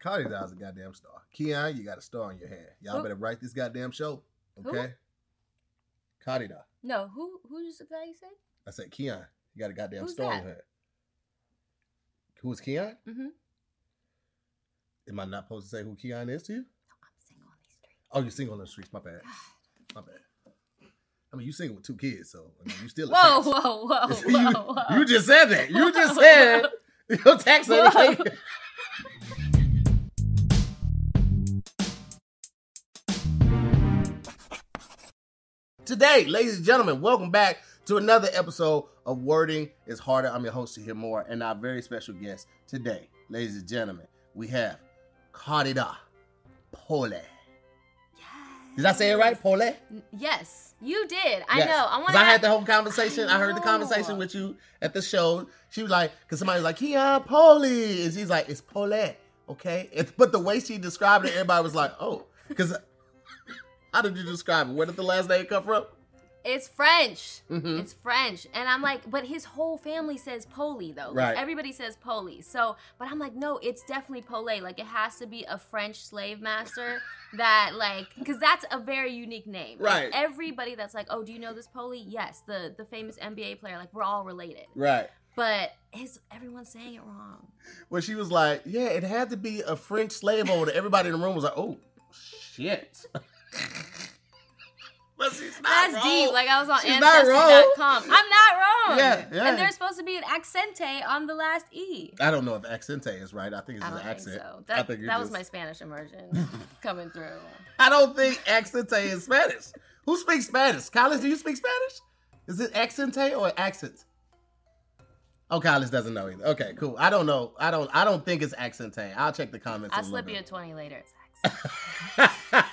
Cardi Die's a goddamn star. Keon, you got a star in your hand. Y'all Who? better write this goddamn show. Okay? Cardi Die. No, who who's the guy you said? I said, Keon, you got a goddamn Who's star in that? her. Who is Keon? Mm-hmm. Am I not supposed to say who Keon is to you? I'm single on these streets. Oh, you're single on the streets. My bad. God. My bad. I mean, you single with two kids, so I mean, you still. a Whoa, tax. whoa, whoa, you, whoa, whoa. you just said that. You just said your tax Whoa. everything. Today, ladies and gentlemen, welcome back to another episode of Wording is Harder. I'm your host, Tahir Moore, and our very special guest today, ladies and gentlemen, we have Carida Pole. Did I say it right? Yes. Pole? Yes. N- Yes, you did. I know. I 'Cause want I had the whole conversation. I, I heard the know. conversation with you at the show. She was like, because somebody was like, Keon Pole. And she's like, it's Pole. Okay. It- but the way she described it, everybody was like, oh. Because how did you describe it? Where did the last name come from? It's French. Mm-hmm. It's French. And I'm like, but his whole family says Poli though. Like, Right. everybody says Poli. So, but I'm like, no, it's definitely Pole. Like it has to be a French slave master that like, because that's a very unique name. Like, Right. everybody that's like, oh, do you know this Poli? Yes, the the famous NBA player. Like we're all related. Right. But his everyone's saying it wrong. Well, she was like, yeah, it had to be a French slave owner. Everybody in the room was like, oh, shit. but she's not That's wrong. deep. Like I was on She's not wrong. Ancestry.com. I'm not wrong. Yeah, yeah. And there's supposed to be an accente on the last e. I don't know if accente is right. I think it's I just don't an accent. think so. I That, think you that was just- my Spanish immersion coming through. I don't think accente is Spanish. Who speaks Spanish? College, do you speak Spanish? Is it accente or accent? Oh, College doesn't know either. Okay, cool. I don't know. I don't. I don't think it's accente. I'll check the comments. I'll a slip you little a 20 later. It's accent. bit.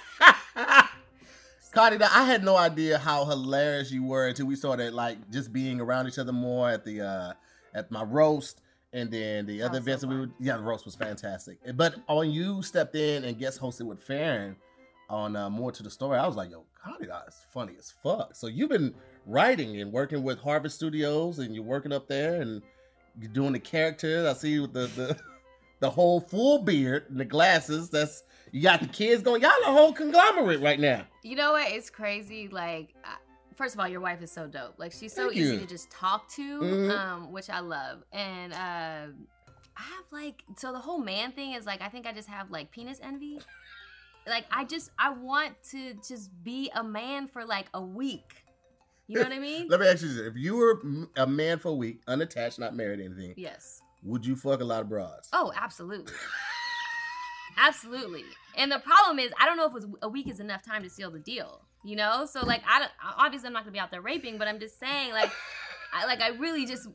Cardi, I had no idea how hilarious you were until we started like just being around each other more at the uh at my roast and then the That other was so events that we fun. would yeah, the roast was fantastic. But on you stepped in and guest hosted with Farron on uh, more to the story. I was like, yo, Cardi is funny as fuck. So you've been writing and working with Harvest Studios and you're working up there and you're doing the characters. I see you with the the, the whole full beard and the glasses. That's you got the kids going. Y'all a whole conglomerate right now. you know what? It's crazy. Like, I- first of all, your wife is so dope. Like, she's so Thank easy you. to just talk to, Mhm. um, which I love. And, uh, I have like so the whole man thing is like I think I just have like penis envy. Like I just I want to just be a man for like a week. You know what I mean? Let me ask you this: If you were m- a man for a week, unattached, not married, to anything, yes. would you fuck a lot of broads? Oh, absolutely. absolutely. And the problem is, I don't know if it's a week is enough time to seal the deal. You know, so like, I don't, obviously I'm not gonna be out there raping, but I'm just saying, like, I like I really just.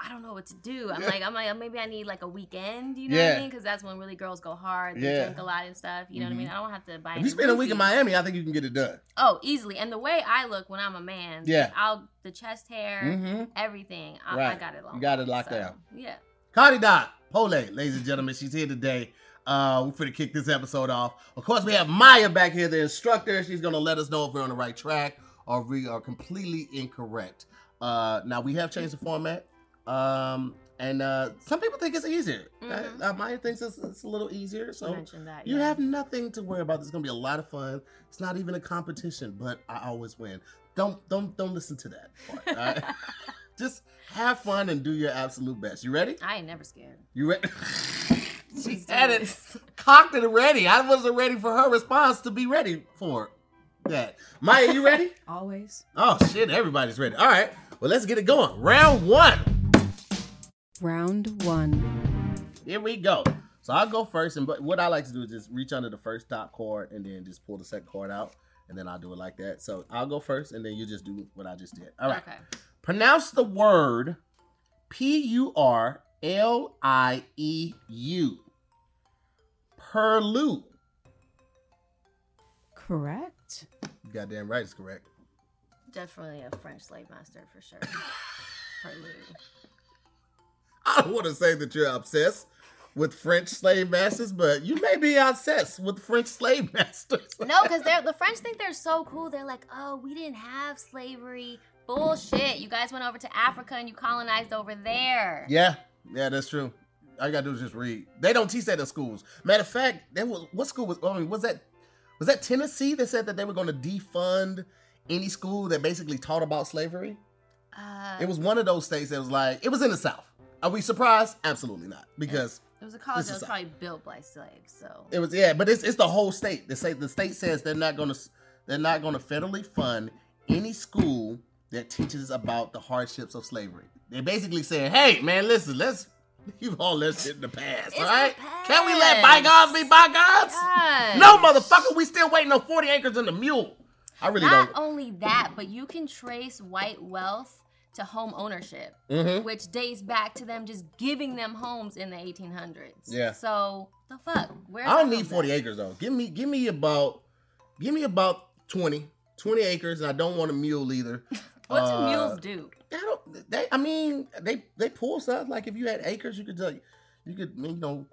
I don't know what to do. I'm Yeah. like, I'm like, maybe I need like a weekend, you know what Yeah. I mean? Because that's when really girls go hard, they Yeah. drink a lot and stuff. You know what I mean? I don't have to buy. if any you spend a week in roofies. Miami, I think you can get it done. oh, easily. And the way I look when I'm a man, Yeah. I'll the chest hair, Mm-hmm. everything. I, I Right. got it locked. got it locked so, down. Yeah. Cardi Dot Pole, ladies and gentlemen, she's here today. Uh, we're finna kick this episode off. Of course, we have Maya back here, the instructor. She's gonna let us know if we're on the right track or we are completely incorrect. Uh, now we have changed the format, um, and uh, some people think it's easier. Mhm. Uh, Maya thinks it's, it's a little easier, you so mentioned that. You yeah. have nothing to worry about. It's gonna be a lot of fun. It's not even a competition, but I always win. Don't don't don't listen to that part. all right? Just have fun and do your absolute best. You ready? I ain't never scared. You ready? She's She's had doing it this. cocked and ready. I wasn't ready for her response to be ready for that. Maya, you ready? Always. oh shit, everybody's ready. All right, well let's get it going. Round one. Round one. Here we go. So I'll go first, and but what I like to do is just reach under the first top card and then just pull the second card out, and then I'll do it like that. So I'll go first, and then you just do what I just did. All right. Okay. Pronounce the word P U R L I E U. Perlu. Correct. Goddamn right, it's correct. Definitely a French slave master for sure. Probably. I don't want to say that you're obsessed with French slave masters, but you may be obsessed with French slave masters. No, because they're the French think they're so cool. They're like, oh, we didn't have slavery. Bullshit. You guys went over to Africa and you colonized over there. Yeah, yeah, that's true. All you gotta do is just read. They don't teach that in schools. Matter of fact, there was what school was? I mean, was that was that Tennessee that said that they were going to defund any school that basically taught about slavery? Uh, It was one of those states that was like it was in the South. Are we surprised? Absolutely not, because it was a college this that is was a- probably built by slaves. So it was yeah. But it's it's the whole state. The state the state says they're not going to they're not going to federally fund any school that teaches about the hardships of slavery. They're basically saying, hey man, listen, let's leave all that shit in the past, It's all right? the Can we let past. bygones be bygones? Gosh. No, motherfucker, we still waiting on 40 acres and a mule. I really Not don't. only that, but you can trace white wealth to home ownership, Mhm. which dates back to them just giving them homes in the 1800s. Yeah. So the fuck, where? I don't need 40 acres though. Give me give me about give me about 20. 20 acres and I don't want a mule either. What do Uh, mules do? They don't they I mean they they pull stuff like if you had acres you could like you could you know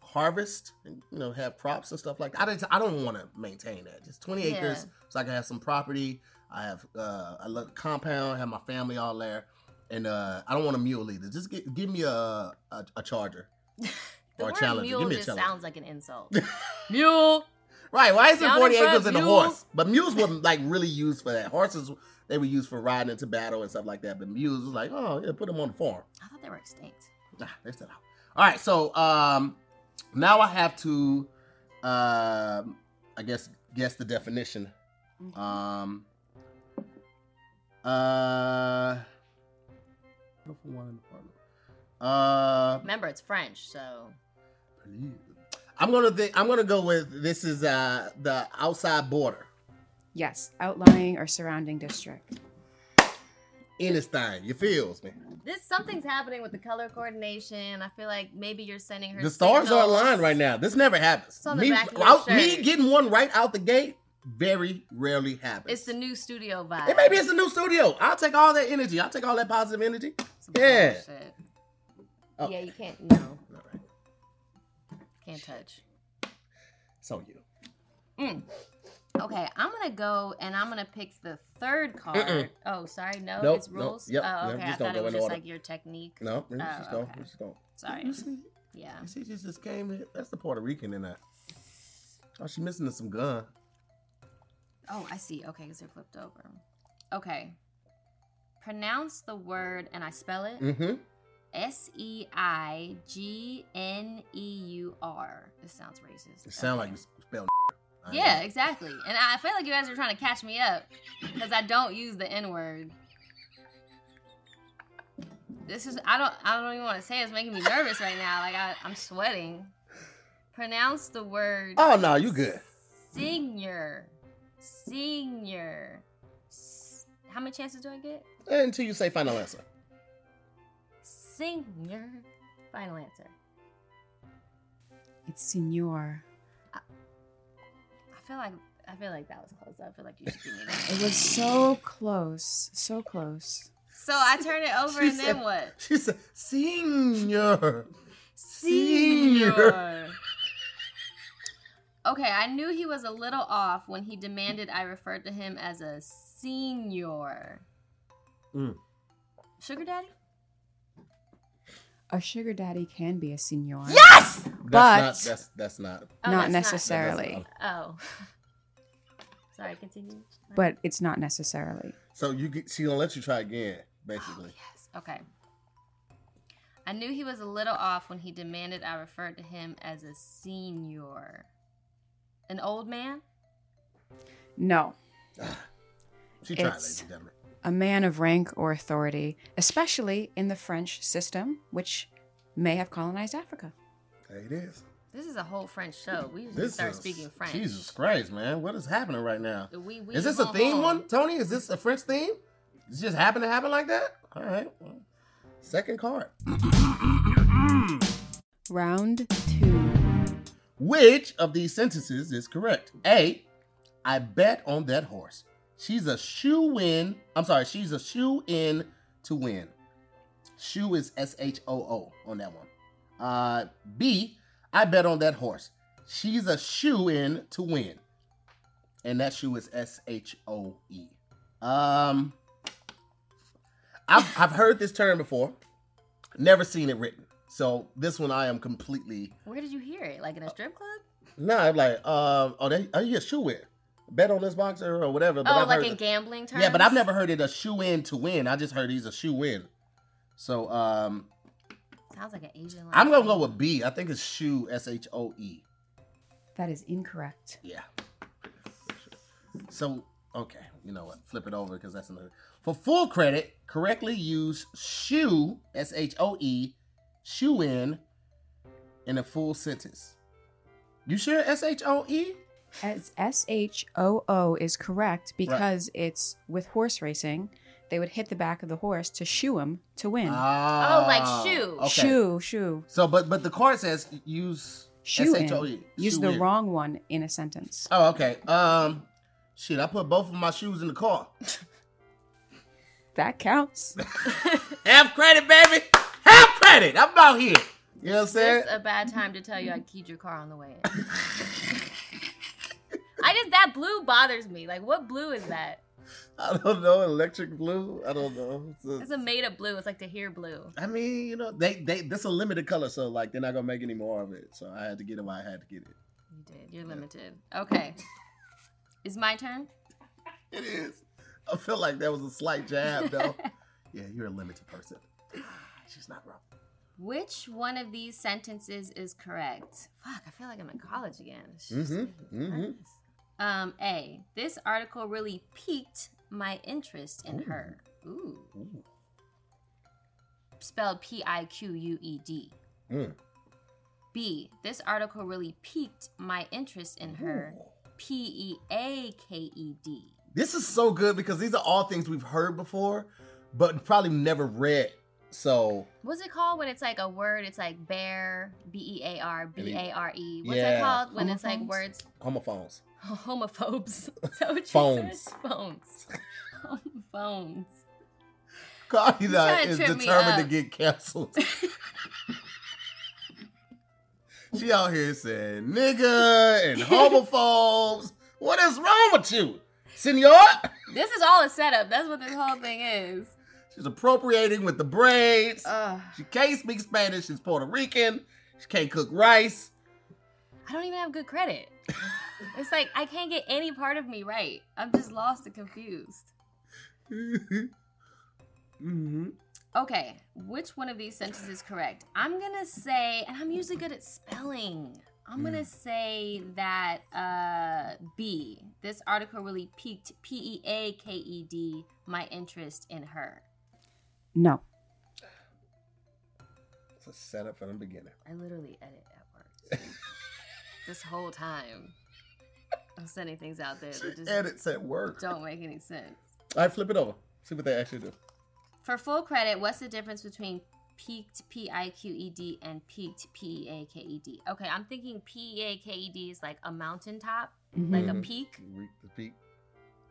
harvest and you know have crops and stuff like that. I don't I don't want to maintain that. Just 20 acres Yeah. so I can have some property. I have uh I love compound, have my family all there. And uh, I don't want a mule either. Just gi- give me a a, a charger. The or word Challenger. Give mule me a just Challenger. sounds like an insult. mule. Right? Why is it Down in forty front, acres and a mule. horse? But mules were like really used for that. Horses they were used for riding into battle and stuff like that. But mules was like, oh yeah, put them on the farm. I thought they were extinct. Nah, they're still out. All right, so um, now I have to, um, I guess guess the definition. Um, uh, uh, Remember, it's French, so I'm gonna think. I'm gonna go with this is uh the outside border. Yes, outlying or surrounding district. Anything you feels me? this something's happening with the color coordination. I feel like maybe you're sending her. The stars are signals. aligned right now. This never happens. It's on the Me, back of your out- me shirt. getting one right out the gate very rarely happens. It's the new studio vibe. It maybe it's a new studio. I'll take all that energy. I'll take all that positive energy. Some yeah. bullshit. Oh. Yeah, you can't. No, All right. can't touch. So you. Mm. Okay, I'm gonna go and I'm gonna pick the third card. Mm-mm. Oh, sorry, no, Nope, it's nope, rules. yep, oh, yep, okay, just I don't thought go it was in just order. like your technique. No, she's Oh, just going. okay. She's going. Sorry. You see, Yeah. you see, she just came in. That's the Puerto Rican in that. Oh, she missing some gun. Oh, I see. Okay, because they're flipped over. Okay. Pronounce the word and I spell it. Mm-hmm. S E I G N E U R. This sounds racist. It sound like Okay. you spelled. I Yeah, know. exactly. And I I feel like you guys are trying to catch me up because I don't use the N word. This is I don't I don't even want to say it. it's making me nervous right now. Like I, I'm sweating. Pronounce the word Oh no, you good. senior. Senior. S- How many chances do I get? Until you say final answer. Senior. Final answer. It's senior. I feel like I feel like that was close. I feel like you should give me that. It was so close, so close. So I turn it over She and then said- what? She said, "Senior." Senior. Senior. Okay, I knew he was a little off when he demanded I refer to him as a senior. Mm. Sugar daddy? A sugar daddy can be a senior. Yes! That's But- not. That's that's not. Oh, Not that's necessarily, That's Oh. Sorry, continue. but it's not necessarily. So you get, she gonna let you try again, Oh, basically. yes. Okay. I knew he was a little off when he demanded I refer to him as a senior. An old man? No, Oh, She tried, It's- ladies and gentlemen. a man of rank or authority, especially in the French system, which may have colonized Africa. There it is. This is a whole French show. We should This start is- speaking French. Jesus Christ, man. What is happening right now? We, we Is this a won't theme hold. one, Tony? Is this a French theme? It just happened to happen like that? All right. well, second card. Round two. Which of these sentences is correct? A, I bet on that horse. She's a shoe in. I'm sorry, she's a shoe in to win. Shoe is S H O O on that one. Uh, B, I bet on that horse. She's a shoe in to win. And that shoe is S H O E. Um, I've, I've heard this term before, never seen it written. So this one I am completely Where did you hear it? Like in a strip club? nah. I'm like, um, oh, they, oh yeah, shoe in. Bet on this boxer or whatever. But oh, I've like heard in the- gambling terms. Yeah, but I've never heard it a shoe in to win. I just heard he's a shoe in. So um, Sounds like an Asian. I'm gonna language. go with B. I think it's shoe. S H O E. That is incorrect. Yeah. So okay, you know what? Flip it over because that's another. For full credit, correctly use shoe S H O E shoe in in a full sentence. You sure S H O E? As S H O O is correct because it's with horse racing. They would hit the back of the horse to shoe him to win. Oh, like shoe. Shoe, shoe, So, but but the card says use shoe. in. SHOE, Use shoe the E, in. wrong one in a sentence. Oh, okay. Um, shit, I put both of my shoes in the car. That counts. Half credit, baby. Half credit. I'm out here. You know what I'm saying? This a bad time to tell you I keyed your car on the way in. I just that blue bothers me. Like what blue is that? I don't know. Electric blue. I don't know. It's a- It's a made up blue. It's like the here blue. I mean, you know, they they this a limited color, so like they're not gonna make any more of it. So I had to get it. Why I had to get it. You did. You're limited. Okay. It's my turn. It is. I feel like that was a slight jab, though. yeah, you're a limited person. Ah, She's not wrong. Which one of these sentences is correct? Fuck, I feel like I'm in college again. It's just- Mm-hmm, mhm. Um, A. This article really piqued my interest in Ooh. her. Ooh. Ooh. Spelled P I Q U E D. Mm. B. This article really piqued my interest in her. Ooh. P E A K E D. This is so good because these are all things we've heard before, but probably never read. So What's it called when it's like a word? It's like bear, B E A R, B A R E. What's Yeah. it called when it's like Homophones? words? homophones. Homophobes. Is that what you Phones. said? Phones. Homophones. Cardi trying to is trip me determined to up. get canceled. she out here saying nigga and homophobes. what is wrong with you, senor? This is all a setup. That's what this whole thing is. She's appropriating with the braids. Ugh. she can't speak Spanish. She's Puerto Rican. She can't cook rice. I don't even have good credit. It's like I can't get any part of me right. I'm just lost and confused. hmm Okay, which one of these sentences is correct? I'm gonna say, and I'm usually good at spelling. I'm gonna say that uh, B. This article really piqued P E A K E D my interest in her. No. It's a setup from the beginning. I literally edit at work. this whole time, I'm sending things out there that She just edits at work. don't make any sense. All right, flip it over. See what they actually do. For full credit, what's the difference between peaked P I Q E D and peaked P E A K E D? Okay, I'm thinking P E A K E D is like a mountaintop, like a Mhm. peak. You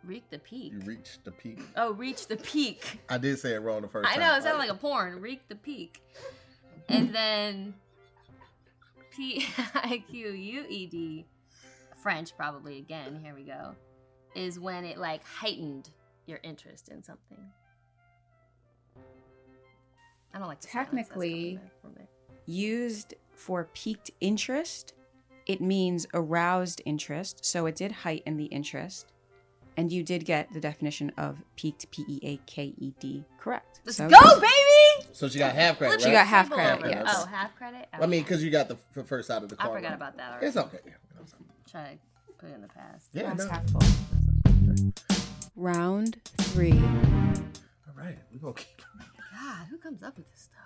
reach the peak. Reach the peak. You reach the peak. oh, reach the peak. I did say it wrong the first I time. know it sounded like a porn. Reach the peak, and then P I Q U E D, French probably again. Here we go. Is when it like heightened your interest in something. I don't like the silence that's coming Technically, back from there. Used for piqued interest, it means aroused interest. So it did heighten the interest. And you did get the definition of peaked, P E A K E D, correct. Let's So- go, baby! So she got half credit. Flip Right? She the got half table credit, over. yes. Oh, half credit? I mean, because you got the f- first out of the I car. forgot right? about that already. It's okay. Try to put it in the past. Yeah. Glass no. half full. Round three. All right, we gonna keep. God, who comes up with this stuff?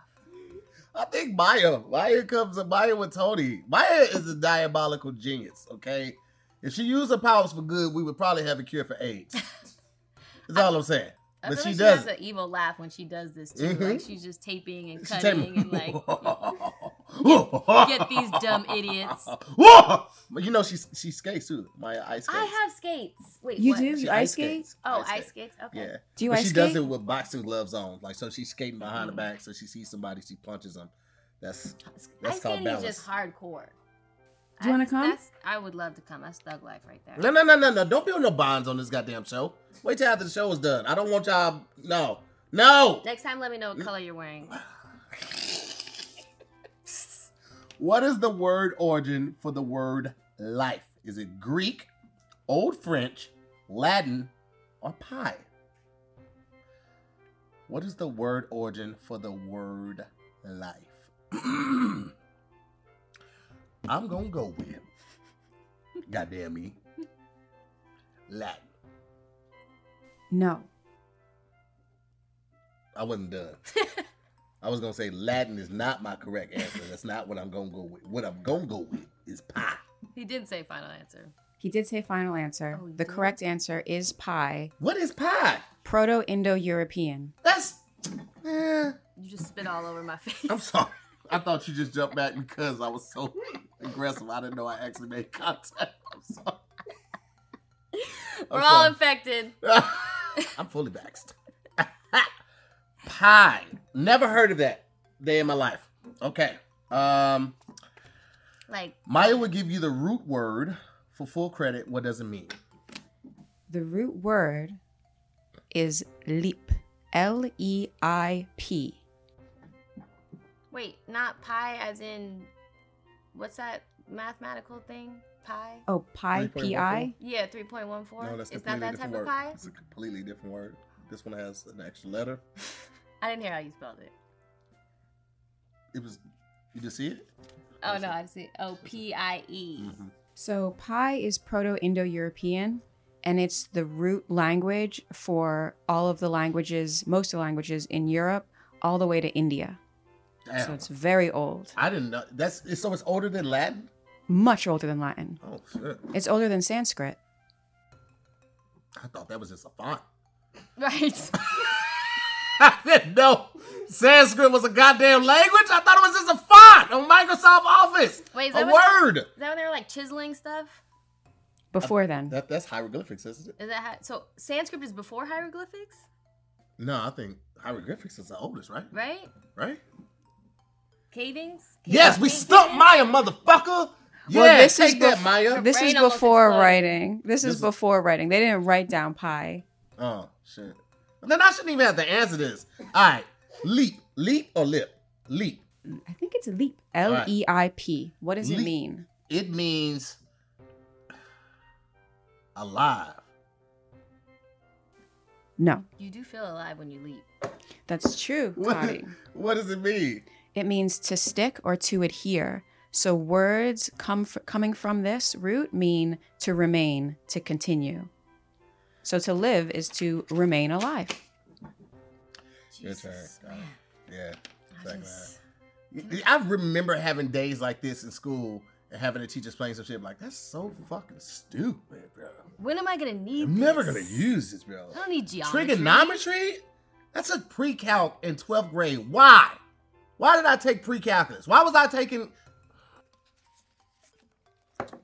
I think Maya. Maya comes. Maya with Tony. Maya is a diabolical genius. Okay, if she used her powers for good, we would probably have a cure for AIDS. That's all I'm saying. I But feel she like does she has an evil laugh when she does this too. Like Mhm. she's just taping and She cutting take- and like get these dumb idiots. But you know she she skates too. Maya ice skates. I have skates. Wait, You what? do? She ice skates? Oh, ice, skates. Okay. Yeah. Do you But ice she skate? does it with boxing gloves on. Like so she's skating behind the Mhm. back, so she sees somebody, she punches them. That's Uh, Ice That's called skating is just hardcore. Do you wanna I- come? that's- I would love to come. That's thug life right there. no no no no no. Don't build no bonds on this goddamn show. Wait till after the show is done. I don't want y'all no. No Next time, let me know what color you're wearing. What is the word origin for the word life? Is it Greek, Old French, Latin, or pie? What is the word origin for the word life? I'm gonna go with, goddamn me, Latin. No. I wasn't done. I was gonna say Latin is not my correct answer. That's not what I'm gonna go with. What I'm gonna go with is pie. He did say final answer. He did say final answer. Oh, he the did? correct answer is pie, What is pie? Proto Indo European. That's. Eh, You just spit all over my face. I'm sorry. I thought you just jumped back because I was so aggressive. I didn't know I actually made contact. I'm sorry. We're I'm all sorry. infected. I'm fully vaxxed. Pie. Never heard of that day in my life. Okay. Um, Like Maya will give you the root word for full credit. What does it mean? The root word is leap. L E I P. wait, not pi as in what's that mathematical thing? Pi? Oh, pi, 3.14? P I? Yeah, three point one four. No, that's it's completely not that type different word. of pi. It's a completely different word. This one has an extra letter. I didn't hear how you spelled it. It was. You just see it? Oh no, I see. Oh P I E. Mm-hmm. Mhm. So, pi is Proto Indo European, and it's the root language for all of the languages, most of the languages in Europe, all the way to India. Damn. So, it's very old, I didn't know. That's it's, so it's older than Latin. much older than Latin. Oh shit! It's older than Sanskrit. I thought that was just a font. Mm. Right. I didn't know Sanskrit was a goddamn language. I thought it was just a font on Microsoft Office. Wait, is a that what- word. Is that when they were like chiseling stuff? Before then. That, that's hieroglyphics, isn't it? Is that how, so? Sanskrit is before hieroglyphics, No, I think hieroglyphics is the oldest, right? right? Right? Cavings. Yes, we Cavings? stumped Maya, motherfucker. Yeah, Well, this take is that, bef- Maya. This is brain almost before exploded. writing. This This is is- before writing. They didn't write down pi. Oh shit. Then I shouldn't even have to answer this. All right, leap, leap or lip, leap. I think it's leap. right. L E I P. What does Leap. it mean? It means alive. No, You do feel alive when you leap. that's true, What? Toddy. What does it mean? It means to stick or to adhere. So words come fr- coming from this root mean to remain, to continue. So to live is to remain alive. Your turn. Jesus, All right. man. Yeah. I Back just, I remember having days like this in school and having the teacher explain some shit like that's so fucking stupid, bro. when am I gonna need? I'm never this? gonna use this, bro. I don't need geometry. Trigonometry? That's a pre-calc in 12th grade. Why? Why did I take pre-calculus? Why was I taking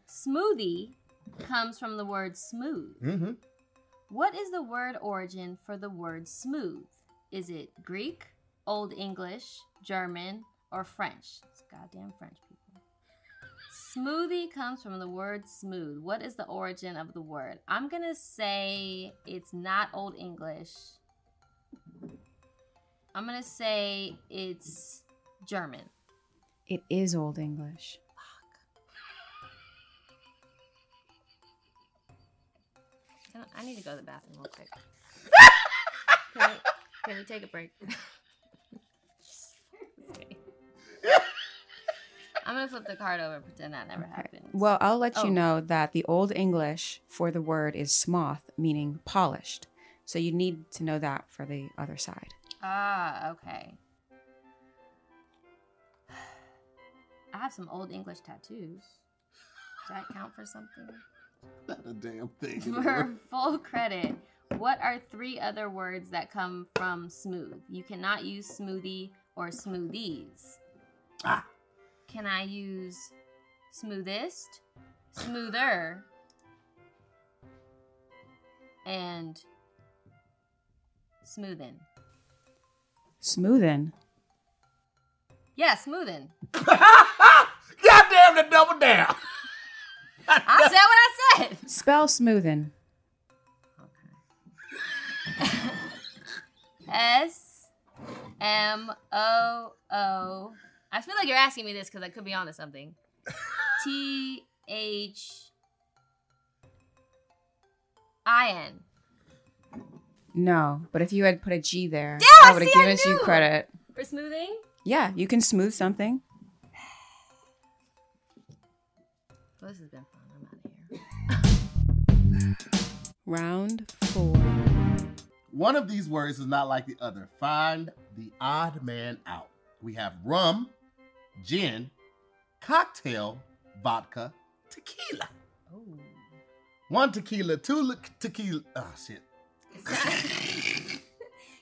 Smoothie comes from the word smooth. mm-hmm. What is the word origin for the word smooth? Is it Greek, Old English, German, or French? It's goddamn French people. Smoothie comes from the word smooth. What is the origin of the word? I'm going to say it's not Old English. I'm going to say it's German. It is Old English. Can I, I need to go to the bathroom real quick. can, we, can we take a break? I'm gonna flip the card over and pretend that never Okay. happened. Well, I'll let Oh. you know that the Old English for the word is smoth, meaning polished. So you need to know that for the other side. ah, okay. I have some old English tattoos. Does that count for something? not a damn thing. in the For world. full credit, what are three other words that come from smooth? You cannot use smoothie or smoothies. Ah. Can I use smoothest, smoother, and smoothin? Smoothen. Yeah, smoothin. Goddamn the double down. I said what I said. Spell smoothen. S M O O I feel like you're asking me this because I could be onto something. T H I N. No, but if you had put a G there, Yeah, I would have see, I given you knew. credit. For smoothing? Yeah, you can smooth something. Well, this has been fun. I'm out of here. Round four. One of these words is not like the other. Find the odd man out. We have rum, gin, cocktail, vodka, tequila. Oh. One tequila, two le- tequila. Oh shit.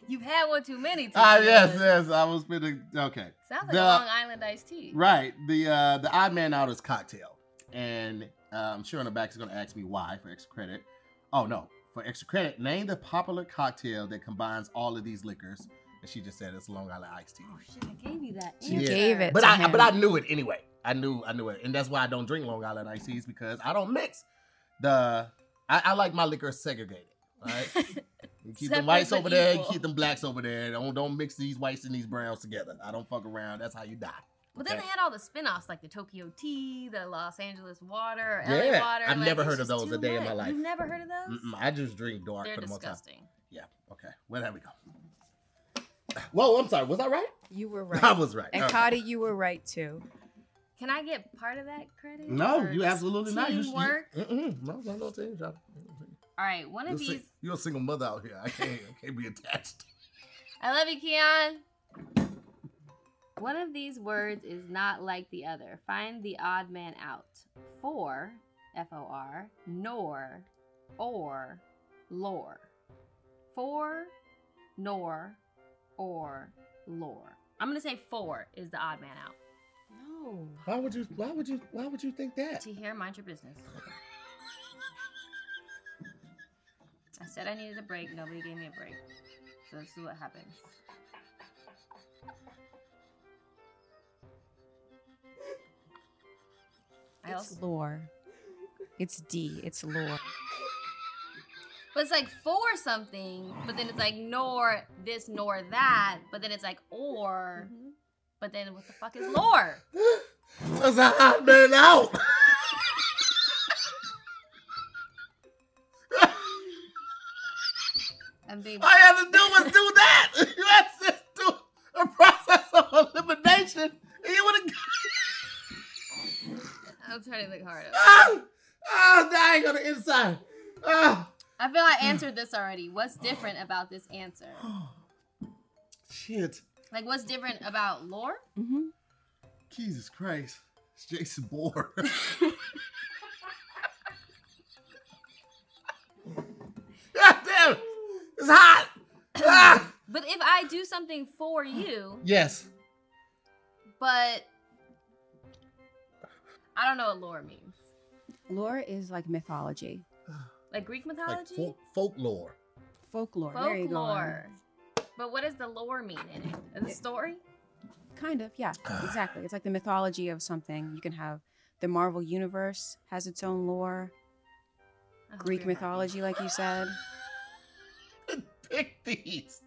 You've had one too many. Ah tequilas. yes, yes. I was gonna. Okay. Sounds like The- a Long Island iced tea. Right. The uh, the odd man out is cocktail, and uh, I'm sure on the back is going to ask me why for extra credit. Oh no, for extra credit, name the popular cocktail that combines all of these liquors. And she just said it's Long Island iced tea. Oh shit! I gave you that. You answer. gave it. But to I him. but I knew it anyway. I knew I knew it, and that's why I don't drink Long Island iced teas because I don't mix the. I, I like my liquor segregated. All right. You keep Separate them whites but over there, you equal. keep them blacks over there. Don't don't mix these whites and these browns together. I don't fuck around. That's how you die. Well, then Okay? they had all the spin-offs like the Tokyo Tea, the Los Angeles Water, LA Yeah, Water. I've like, never it's heard of just those too a day in my much. life. You've never heard of those? Mm-mm, I just drink dark They're for the most part. disgusting. Yeah. Okay. Well, there we go. Whoa, I'm sorry. Was I right? You were right. I was right. and Okay. Kadi, you were right too. Can I get part of that credit? No, Or you just absolutely not. You, you, Teamwork. mm-mm. no, no, no, team, John. All right, one You're, of si- these. you're a single mother out here. I can't. I can't be attached. I love you, Keon. One of these words is not like the other. Find the odd man out. For, F O R, nor, or, lore. For, nor, or, lore. I'm going to say four is the odd man out. No. Why would you? Why would you? Why would you think that? To hear, mind your business. I said I needed a break. Nobody gave me a break. So this is what happens. I It's also, lore. It's D. It's lore. but it's like for something, but then it's like nor this nor that, but then it's like or, but then what the fuck is lore? That's a hot man out. I'm being All you have to do was do that. You had to just do a process of elimination, and you would have I'm trying to think harder. Oh, oh, dying on the inside. Oh, I feel I answered this already. What's different about this answer? shit. Like, what's different about lore? hmm Jesus Christ. It's Jason Bourne. God damn. it. It's hot. Ah. But if I do something for you, Yes. but I don't know what lore means. Lore is like mythology, Like Greek Like mythology? folk- folklore. folklore. There you go. Folklore. But what does the lore mean in it? Is it a story? Kind of, yeah, exactly. It's like the mythology of something. You can have the Marvel universe has its own lore, I hope Greek you're right. mythology, like you said. Pick these.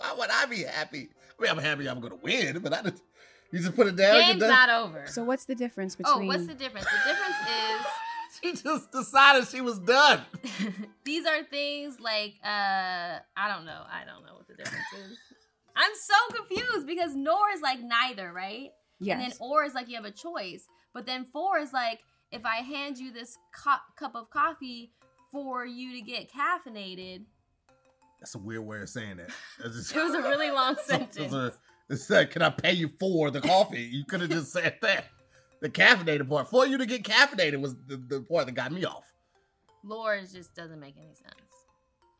Why would I be happy? I mean, I'm happy I'm going to win, but I just, you just put it down. Game's you're done. not over. So what's the difference between? oh, what's the difference? The difference is. she just decided she was done. these are things like uh I don't know. I don't know what the difference is. I'm so confused because nor is like neither, right? yes. And then or is like you have a choice. But then four is like if I hand you this co- cup of coffee for you to get caffeinated. That's a weird way of saying that. That's just- It was a really long it's a- sentence. It's, a- it's like, can I pay you for the coffee? You could have just said that. The caffeinated part. For you to get caffeinated was the, the part that got me off. Lore is just doesn't make any sense.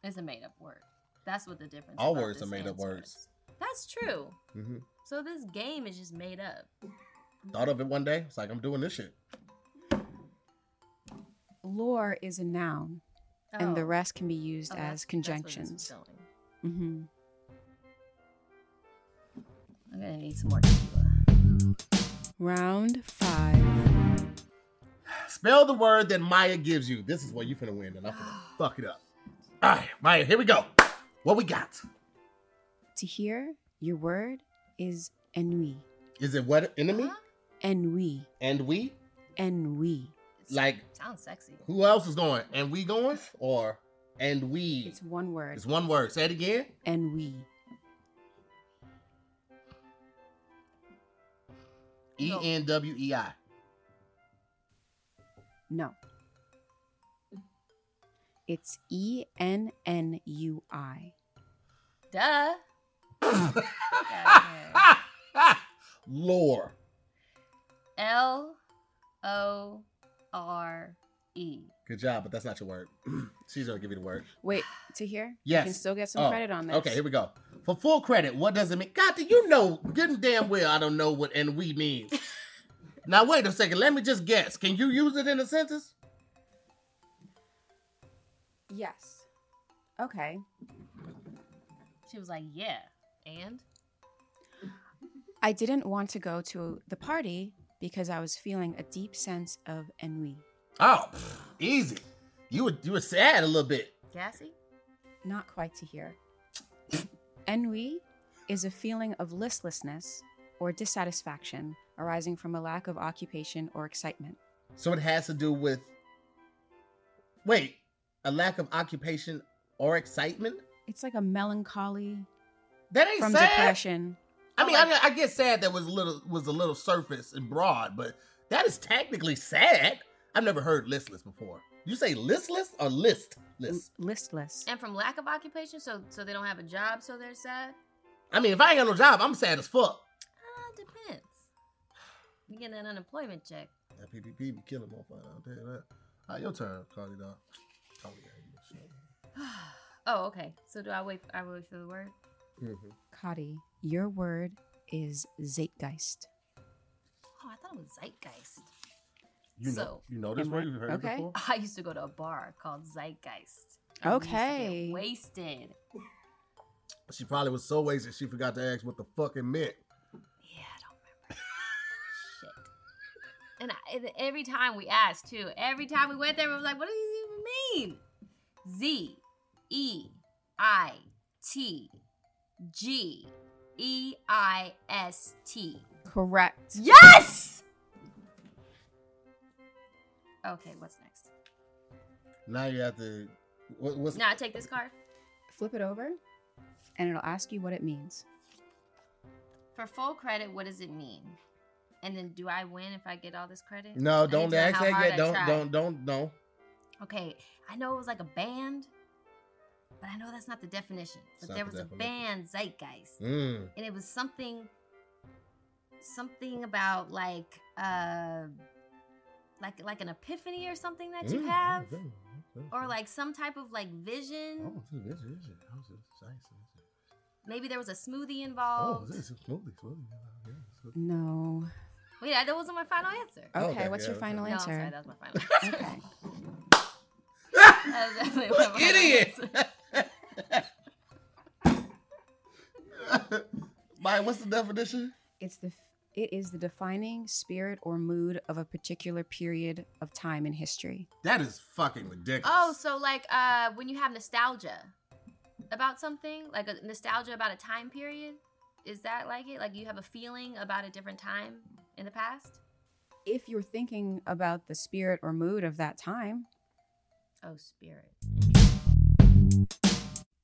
It's a made up word. That's what the difference. All about words this are made up answer words. is. That's true. Mm-hmm. So this game is just made up. Thought of it one day. It's like, I'm doing this shit. lore is a noun, and the Oh. rest can be used Oh, that's- as that's where this was conjunctions. going. hmm I'm gonna need some more tequila. Round five. Spell the word that Maya gives you. This is what you finna win, and I'm finna fuck it up. All right, Maya, here we go. What we got? To hear your word is ennui. Is it what enemy? Huh? Ennui. And we? Ennui. It's- Like sounds sexy. who else is going? And we going? Or and we? It's one word. It's one word. Say it again. Ennui. E No. N W E I. No. It's E N N U I. Duh. Lore. L O R E. Good job, but that's not your word. She's gonna give you the word. Wait, to hear? You can Yes. still get some Oh, credit on this. Okay, here we go. For full credit, what does it mean? God, do you know good and damn well I don't know what and we means. now wait a second, let me just guess. Can you use it in a sentence? Yes. Okay. She was like, yeah. And? I didn't want to go to the party because I was feeling a deep sense of ennui. Oh, pff, easy. You were you were sad a little bit. Gassy? Not quite to hear. ennui is a feeling of listlessness or dissatisfaction arising from a lack of occupation or excitement. So it has to do with wait, a lack of occupation or excitement? It's like a melancholy That ain't from sad. depression. I mean, I, I get sad that was a little was a little surface and broad, but that is technically sad. I've never heard listless before. You say listless or listless? L- listless. And from lack of occupation, so so they don't have a job, so they're sad? I mean, if I ain't got no job, I'm sad as fuck. Uh, depends. You get that unemployment check. That PPP be killing motherfucker. I'll tell you that. All right, your turn, Cardi dog. Oh, yeah, oh, okay. So do I wait I wait for the word? shit. Kadi, your word is zeitgeist. Oh, I thought it was zeitgeist. You know, So- you know this Am word. I- You heard okay. it before. I used to go to a bar called Zeitgeist. and we used to get Okay. wasted. She probably was so wasted she forgot to ask what the fuck it meant. Yeah, I don't remember. Shit. And, I, and every time we asked too, every time we went there, we was like, "What does this even mean?" Z, E, I, T, G, E, I, S, T. Correct. Yes. Okay, what's next? Now you have to. What, what's Now I take this card Flip it over, and it'll ask you what it means. for full credit. What does it mean? And then do I win if I get all this credit? no? need Don't to know ask how that hard yet. I Don't, tried. don't don't no. Okay, I know it was like a band, but I know that's not the definition. It's But not there the was a definition. band zeitgeist, Mm. and it was something, something about like, uh, like like an epiphany or something that you Mm, have, okay, okay. or like some type of like vision. Oh, this is- this is- oh, this is nice, this is- Maybe there was a smoothie Oh, involved. this is smoothie, smoothie, yeah, yeah, smoothie. No. Wait, I- that wasn't my final answer. Okay, Okay, what's yeah, your okay. final No, I'm answer? sorry, that was my final answer. okay. That was definitely my What final idiot! answer. Mike, what's the definition? It's the f- it is the defining spirit or mood of a particular period of time in history. That is fucking ridiculous. Oh, so like uh when you have nostalgia about something, like a nostalgia about a time period, is that like it? Like you have a feeling about a different time in the past? If you're thinking about the spirit or mood of that time, Oh, spirit.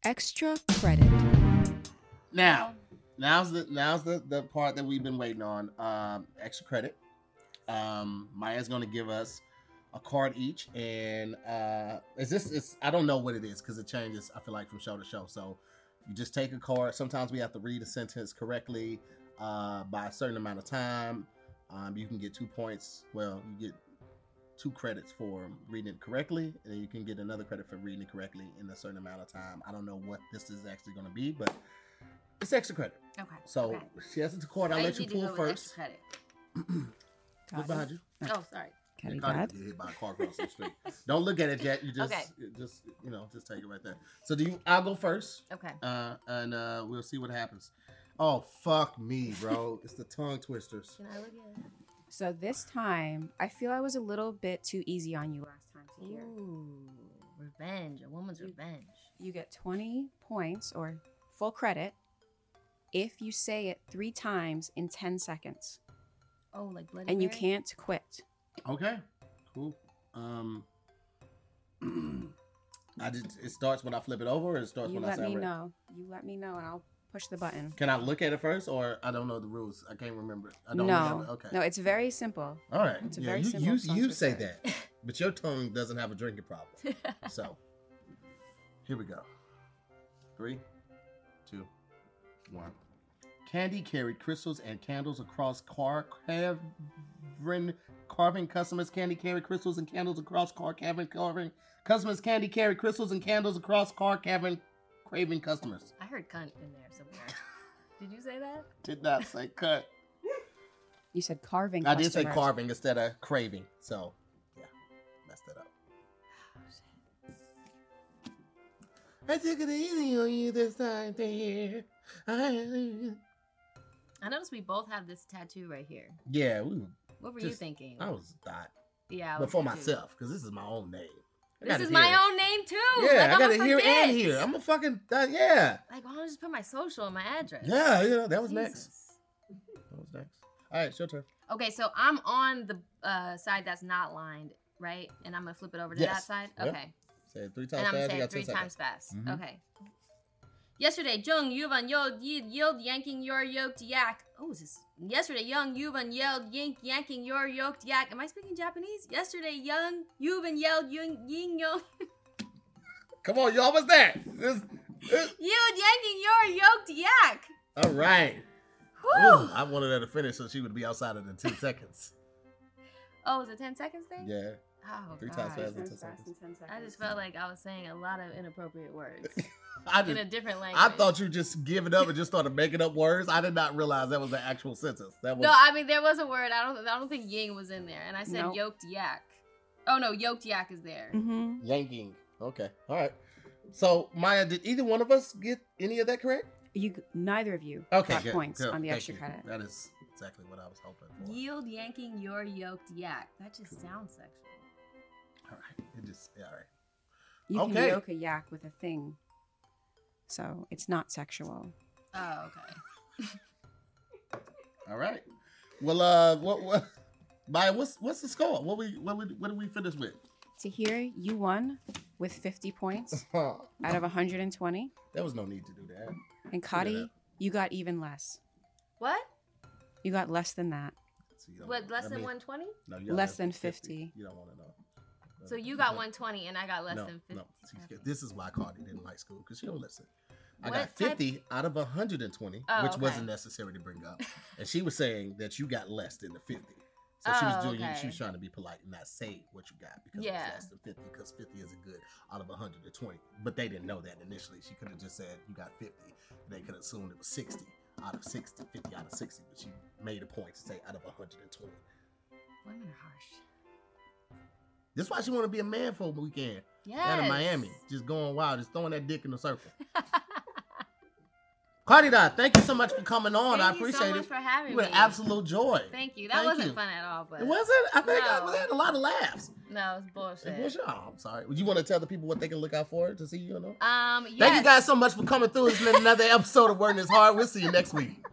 extra credit. now, now's the now's the the part that we've been waiting on. Um, extra credit. Um, Maya's gonna give us a card each, and uh, is this? It's I don't know what it is because it changes. I feel like from show to show. So you just take a card. Sometimes we have to read a sentence correctly uh, by a certain amount of time. Um, you can get two points. Well, you get two credits for reading it correctly, and then you can get another credit for reading it correctly in a certain amount of time. I don't know what this is actually going to be, but it's extra credit. Okay. So okay. she has it to court. I'll I let you usually do pull go with first. extra credit. Look behind you. Oh, sorry. Yeah, Caddy Cardi Dad. could get hit by a car crossing the street. Don't look at it yet. You just, Okay. it just, you know, just take it right there. So do you? I'll go first, Okay. uh, and uh, we'll see what happens. Oh fuck me, bro! it's the tongue twisters. Can I look at it? So this time, I feel I was a little bit too easy on you last time. To hear. Ooh, revenge. A woman's revenge. You get 20 points or full credit if you say it three times in 10 seconds Oh, like Bloody and you Mary? can't quit. Okay. Cool. Um. I just it starts when I flip it over, or it starts You when I let say me red? know. You let me know and I'll push the button. Can I look at it first, or I don't know the rules? I can't remember. I don't no. remember. Okay. No, it's very simple. All right. It's a yeah, very you simple you, song you to say recite. that, but your tongue doesn't have a drinking problem. So here we go. Three, two, one. Candy carried crystals and candles across car cavern carving customers. Candy carried crystals and candles across car cavern carving customers. Candy carried crystals and candles across car cavern craving customers. I heard cunt in there somewhere. Did you say that? Did not say cut. You said carving. I did say customers. carving instead of craving. So yeah, messed that up. I took it easy on you this time of year. I- I noticed we both have this tattoo right here. Yeah, we, were- What were you Just- oh. thinking? I was not. yeah, I But was for too. myself, because this is my own name. I This got is it my here. own name too. Yeah, like, I got I'ma it here and forget. here. I'm a fucking. Uh, yeah. Like, why don't I just put my social and my address? Yeah, you know, that was next. Jesus. That was next. All right, it's your turn. Okay, so I'm on the uh, side that's not lined, right? And I'm gonna flip it over to that Yes. side. Yep. Okay. Say it three times And I'm gonna fast. say You got it 10 three seconds. times fast. Mhm. Okay. Yesterday, Jung Yuvan yelled yield, yield yanking your yoked yak. Oh, is this? Yesterday, Young Yuvan yelled yank yanking your yoked yak. Am I speaking Japanese? Yesterday, Young Yuvan yelled yung ying yo Come on, y'all. What's that? This, this- yield yanking your yoked yak. All right. Whew. Ooh, I wanted her to finish so she would be outside of the 10 seconds. Oh, is it ten seconds thing? Yeah. Oh, Three God. times Ah, fast. Carving Ten customers seconds. in 10 I just seconds. felt like I was saying a lot of inappropriate words I in a just, different language. I thought you just giving up and just started making up words. I did not realize that was an actual sentence. That was No, I mean there was a word. I don't. I don't think ying was in there, and I said Nope. yoked yak. Oh no, yoked yak is there. Mhm. yanking. Okay. All right. So Maya, did either one of us get any of that correct? You neither of you Okay. got good, points good. on the Thank extra you. credit. That is exactly what I was hoping for. Yield yanking your yoked yak. That just sounds sexual. All right. It just yeah, all right. You can Okay. yoke a yak with a thing. So it's not sexual. Oh okay. All right. Well, uh, what, what Maya? What's what's the score? What we what we what did we finish with? To hear you won with 50 points there out of 120. was no need to do that. And Cotty, you got even less. What? You got less than that. So you don't What? wanna- Less I than mean, uh, one twenty? No, you got Less than 50. You don't want to know. So you got No. one twenty, and I got less no, than fifty. No, She's good. this is why Cardi didn't like school because she don't listen. I What got type- 50 out of 120, Oh, which okay. wasn't necessary to bring up. and she was saying that you got less than the 50. So she was Oh, doing she okay. was trying to be polite and not say what you got because Yeah. it was less than 50 because 50 isn't good out of 120. But they didn't know that initially. She could have just said you got 50. They could have assumed it was 60 out of 60, 50 out of 60. But she made a point to say out of 120. Women are harsh. That's why she want to be a man for a weekend Yes. out of Miami, just going wild, just throwing that dick in the circle. Cardi Dot, thank you so much for coming on. Thank I you appreciate so much it. for having You were me. an absolute joy. Thank you. That Thank wasn't you. fun at all, but It wasn't? I think I, No. we had a lot of laughs. no, it's It bullshit. was, oh, I'm sorry. Would you want to tell the people what they can look out for to see you? you know? Um, yes. Thank you guys so much for coming through. It's been another episode of Working Is Hard. We'll see you next week.